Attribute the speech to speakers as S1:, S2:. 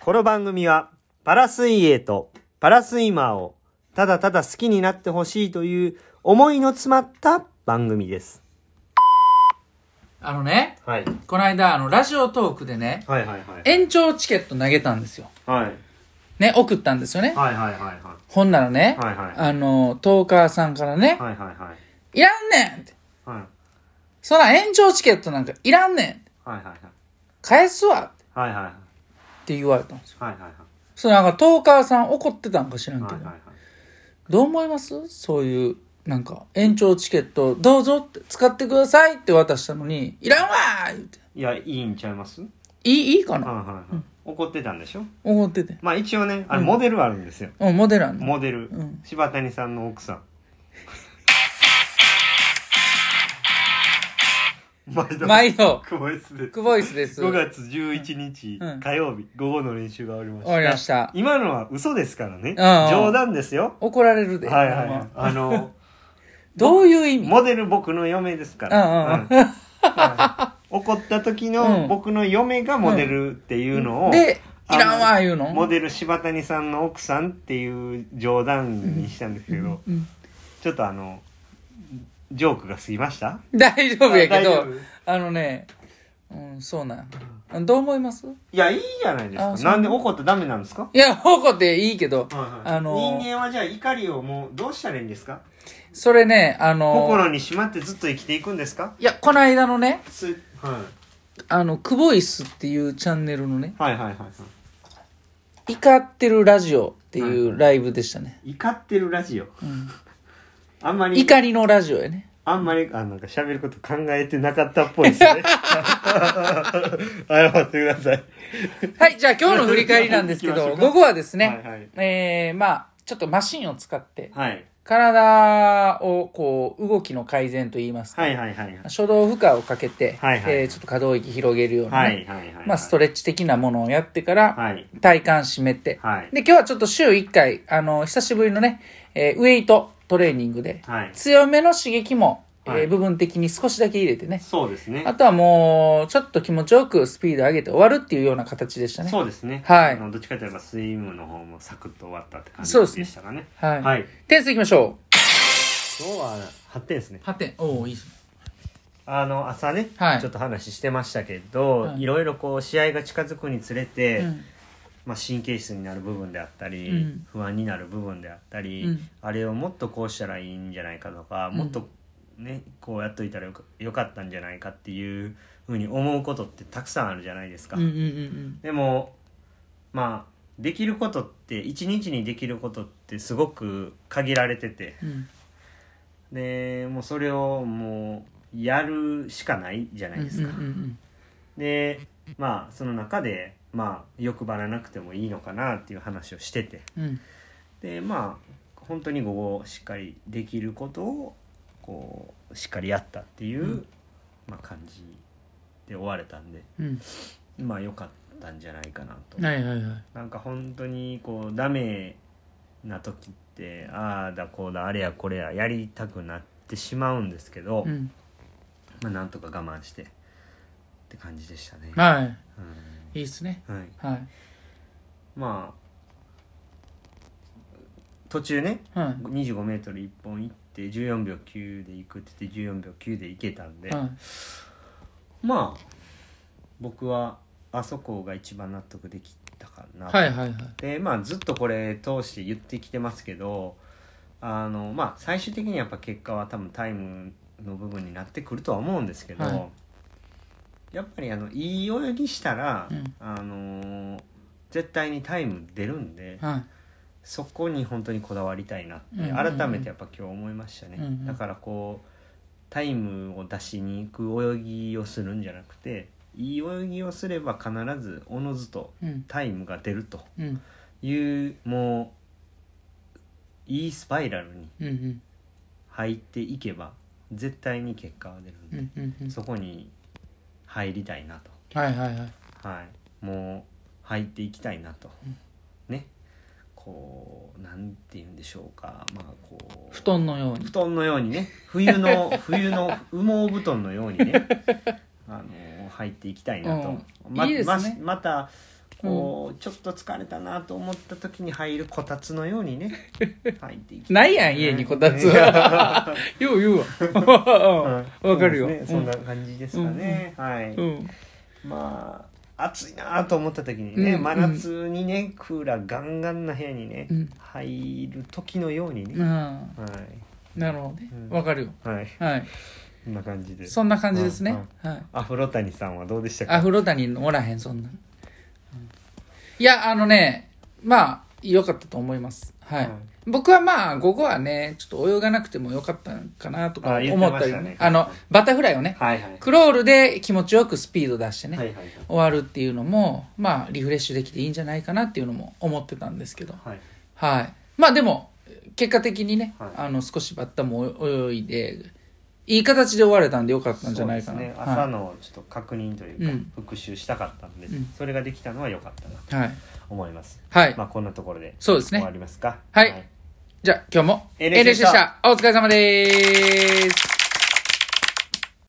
S1: この番組はパラ水泳とパラスイマーをただただ好きになってほしいという思いの詰まった番組です。
S2: あのね、
S1: はい。
S2: この間、あの、ラジオトークでね、
S1: はいはいはい。
S2: 延長チケット投げたんですよ。
S1: はい。
S2: ね、送ったんですよね。
S1: はいはいはいは
S2: ほんならね、
S1: はいはい
S2: あの、トーカーさんからね
S1: い。、はいはいはい。
S2: いらんねんって。
S1: はい
S2: そら延長チケットなんかいらんねん
S1: はいはいはい。
S2: 返すわっ
S1: はいはいはい。
S2: て言われたんですよ。
S1: はいはいはい。
S2: それなんかトーカーさん怒ってたんか知らん
S1: はい
S2: け
S1: はい
S2: ど。
S1: はい。
S2: どう思いますそういう、なんか、延長チケットどうぞって使ってくださいって渡したのに、いらんわー言って。
S1: いや、いいんちゃいますはい
S2: い、いいか
S1: い
S2: な
S1: はいはい。怒ってたんでしょ
S2: 怒ってて。
S1: まあ一応ね、あれモデルあるんですよ。
S2: うん、モデルあんの。
S1: モデル、
S2: うん
S1: 柴谷さんの奥さん。毎度
S2: 毎度、
S1: 久保井です。
S2: クボイスです。
S1: 5月11日、
S2: うん
S1: 火曜日午後の練習が終わりました
S2: 終わりました
S1: 今のは嘘ですからね
S2: うんうん
S1: 冗談ですよ
S2: 怒られるで。
S1: はいはい
S2: ほん
S1: はい
S2: ま
S1: あの
S2: どういう意味
S1: モデル僕の嫁ですから、
S2: うんうん
S1: うんはい怒った時
S2: う
S1: の
S2: ん
S1: 僕の嫁がモデルっていうのを、
S2: で、いらんわ
S1: あ
S2: ー言うの
S1: モデル柴谷さんの奥さんっていう冗談にしたんですけど、
S2: うん
S1: ちょっとあのジョークが過ぎました
S2: 大丈夫やけ
S1: あ
S2: ど
S1: 大丈夫、
S2: あのね、うん、そうなんや。どう思います
S1: いやいいじゃないで
S2: あ
S1: す
S2: そう
S1: かなんで怒ったらダメなんですか
S2: いや、怒っていいけど、あのー、
S1: 人間はじゃあ怒りをもうどうしたらいいんですか
S2: それね、あのー、
S1: 心にしまってずっと生きていくんですか
S2: いや、この間のね、
S1: す、は
S2: あの、クボイスっていうチャンネルのね
S1: い、、はいはいはいは
S2: 怒ってるラジオっていうライブでしたね。
S1: い怒ってるラジオ
S2: うん
S1: あんまり
S2: 怒りのラジオやね。
S1: あんまりあなんか喋ること考えてなかったっぽいです ね謝ってください
S2: はい、じゃあ今日の振り返りなんです け
S1: 行きましょ
S2: ど、
S1: うか
S2: 午後はですね、
S1: はいはい
S2: えー、まあ、ちょっとマシンを使って、
S1: はい
S2: 体をこう動きの改善といいますか、
S1: はいはいはいはい
S2: 初動負荷をかけて、
S1: はいはい
S2: えーちょっと可動域広げるようなね、
S1: はいはいはい
S2: まあ、ストレッチ的なものをやってから、
S1: はい
S2: 体幹締めて、
S1: はい
S2: で今日はちょっと週1回あの久しぶりのね、えーウエイトトレーニングで、
S1: はい
S2: 強めの刺激も、
S1: は
S2: え
S1: い
S2: ー部分的に少しだけ入れてね
S1: そうですね
S2: あとはもうちょっと気持ちよくスピード上げて終わるっていうような形でしたね
S1: そうですね
S2: はい
S1: あのどっちかといえばスイムの方もサクッと終わったって感じ
S2: そうですね
S1: でしたかね
S2: はい、
S1: はい
S2: 点数いきましょ
S1: 今日は8点ですね
S2: う8点おおいいですね
S1: あの朝ね、
S2: はい
S1: ちょっと話してましたけど、
S2: はい
S1: い、ろいろこう試合が近づくにつれて、
S2: うん
S1: まあ、神経質になる部分であったり、
S2: うん
S1: 不安になる部分であったり、
S2: うん
S1: あれをもっとこうしたらいいんじゃないかとか、
S2: ん
S1: もっとねこうやっといたらよかよかったんじゃないかっていうふうに思うことってたくさんあるじゃないですか。
S2: うんうんうん
S1: でもまあできることって一日にできることってすごく限られてて。
S2: うんうん
S1: でもうそれをもうやるしかないじゃないですか、
S2: うんうんうん
S1: でまあその中でまあ欲張らなくてもいいのかなっていう話をしてて
S2: うんうん
S1: でまあ本当に午後しっかりできることをこうしっかりやったっていう、
S2: うん
S1: まあ、感じで終われたんで
S2: うん
S1: まあ良かったんじゃないかなと、
S2: はいはいはい。
S1: なんか本当にこうダメな時ってああだこうだあれやこれややりたくなってしまうんですけど、
S2: うん。
S1: まあ、なんとか我慢してって感じでしたね。
S2: は
S1: う
S2: い。いいっすね。
S1: んはい、
S2: はい。
S1: まあ途中ね
S2: は
S1: 25m1 本行って14秒9で行くって言って14秒9で行けたんで、
S2: い。はい。
S1: まあ僕はあそこが一番納得できたかなと
S2: はいはいはい。
S1: でまあずっとこれ通して言ってきてますけどあのまあ最終的にやっぱ結果は多分タイムの部分になってくるとは思うんですけど、
S2: は
S1: やっぱりあのいい泳ぎしたら、
S2: うん
S1: あの絶対にタイム出るんで、
S2: は
S1: そこに本当にこだわりたいなって、
S2: うんうんうん
S1: 改めてやっぱ今日思いましたね、
S2: うんうん
S1: だからこうタイムを出しに行く泳ぎをするんじゃなくていい泳ぎをすれば必ずおのずと
S2: い。うん。
S1: タイムが出ると。
S2: うん。
S1: いうもういいスパイラルに
S2: うんうん。
S1: 入っていけば絶対に結果は出るん
S2: う
S1: で、
S2: んうんうん。
S1: そこに入りたいな
S2: はいはいはい。
S1: と、はい、もう入っていきたいなと、ねこうなんて言うんでしょうかまあこう
S2: 布団のように
S1: 布。団のようにね冬の冬の羽毛布団 のようにねあの入っていきたいなと、
S2: うん
S1: ま
S2: いいですね
S1: ましまたこう、ちょっと疲れたなと思った時に入るこたつのようにね 入っていきたい
S2: ないやん、家にこたつは。よう言うわ。わかるよ。
S1: そうですねそんな感じですかね、はい、
S2: うんうん
S1: まあ暑いなと思った時にね、
S2: うん
S1: 真夏にねクーラーガンガンな部屋にね、
S2: うん
S1: 入る時のようにね、
S2: あ
S1: は
S2: ーなるほどね
S1: うん。
S2: わかるよ。
S1: いはい
S2: はい。
S1: こんな感じで
S2: そんな感じですね。はい。
S1: アフロ谷さんはどうでしたか
S2: アフロ谷のおらへん、そんな。うんいや、あのね、まあ、良かったと思います。はい。
S1: はい
S2: 僕はまあ、午後はね、ちょっと泳がなくてもよかったかなとか
S1: あ言って
S2: 思っ
S1: ま
S2: たり
S1: し
S2: ね。
S1: た
S2: あ
S1: ね
S2: の、バタフライをね、
S1: はいはい
S2: クロールで気持ちよくスピード出してね、
S1: はいはいはい
S2: 終わるっていうのも、まあ、リフレッシュできていいんじゃないかなっていうのも思ってたんですけど。
S1: はい
S2: はい。まあでも、結果的にね、
S1: はい
S2: あの、少しバッタも泳いで、いい形で終われたんでよかったんじゃないかな。
S1: そうですね、
S2: はい
S1: 朝のちょっと確認というか、
S2: うん
S1: 復習したかったんで、
S2: うん
S1: それができたのは良かったなと
S2: はい。
S1: 思います、
S2: はい
S1: まあこんなところで
S2: そうですね
S1: 終わりますか
S2: はいじゃあ今日も
S1: LH で
S2: LH
S1: し
S2: で
S1: た
S2: した。お疲れ様です。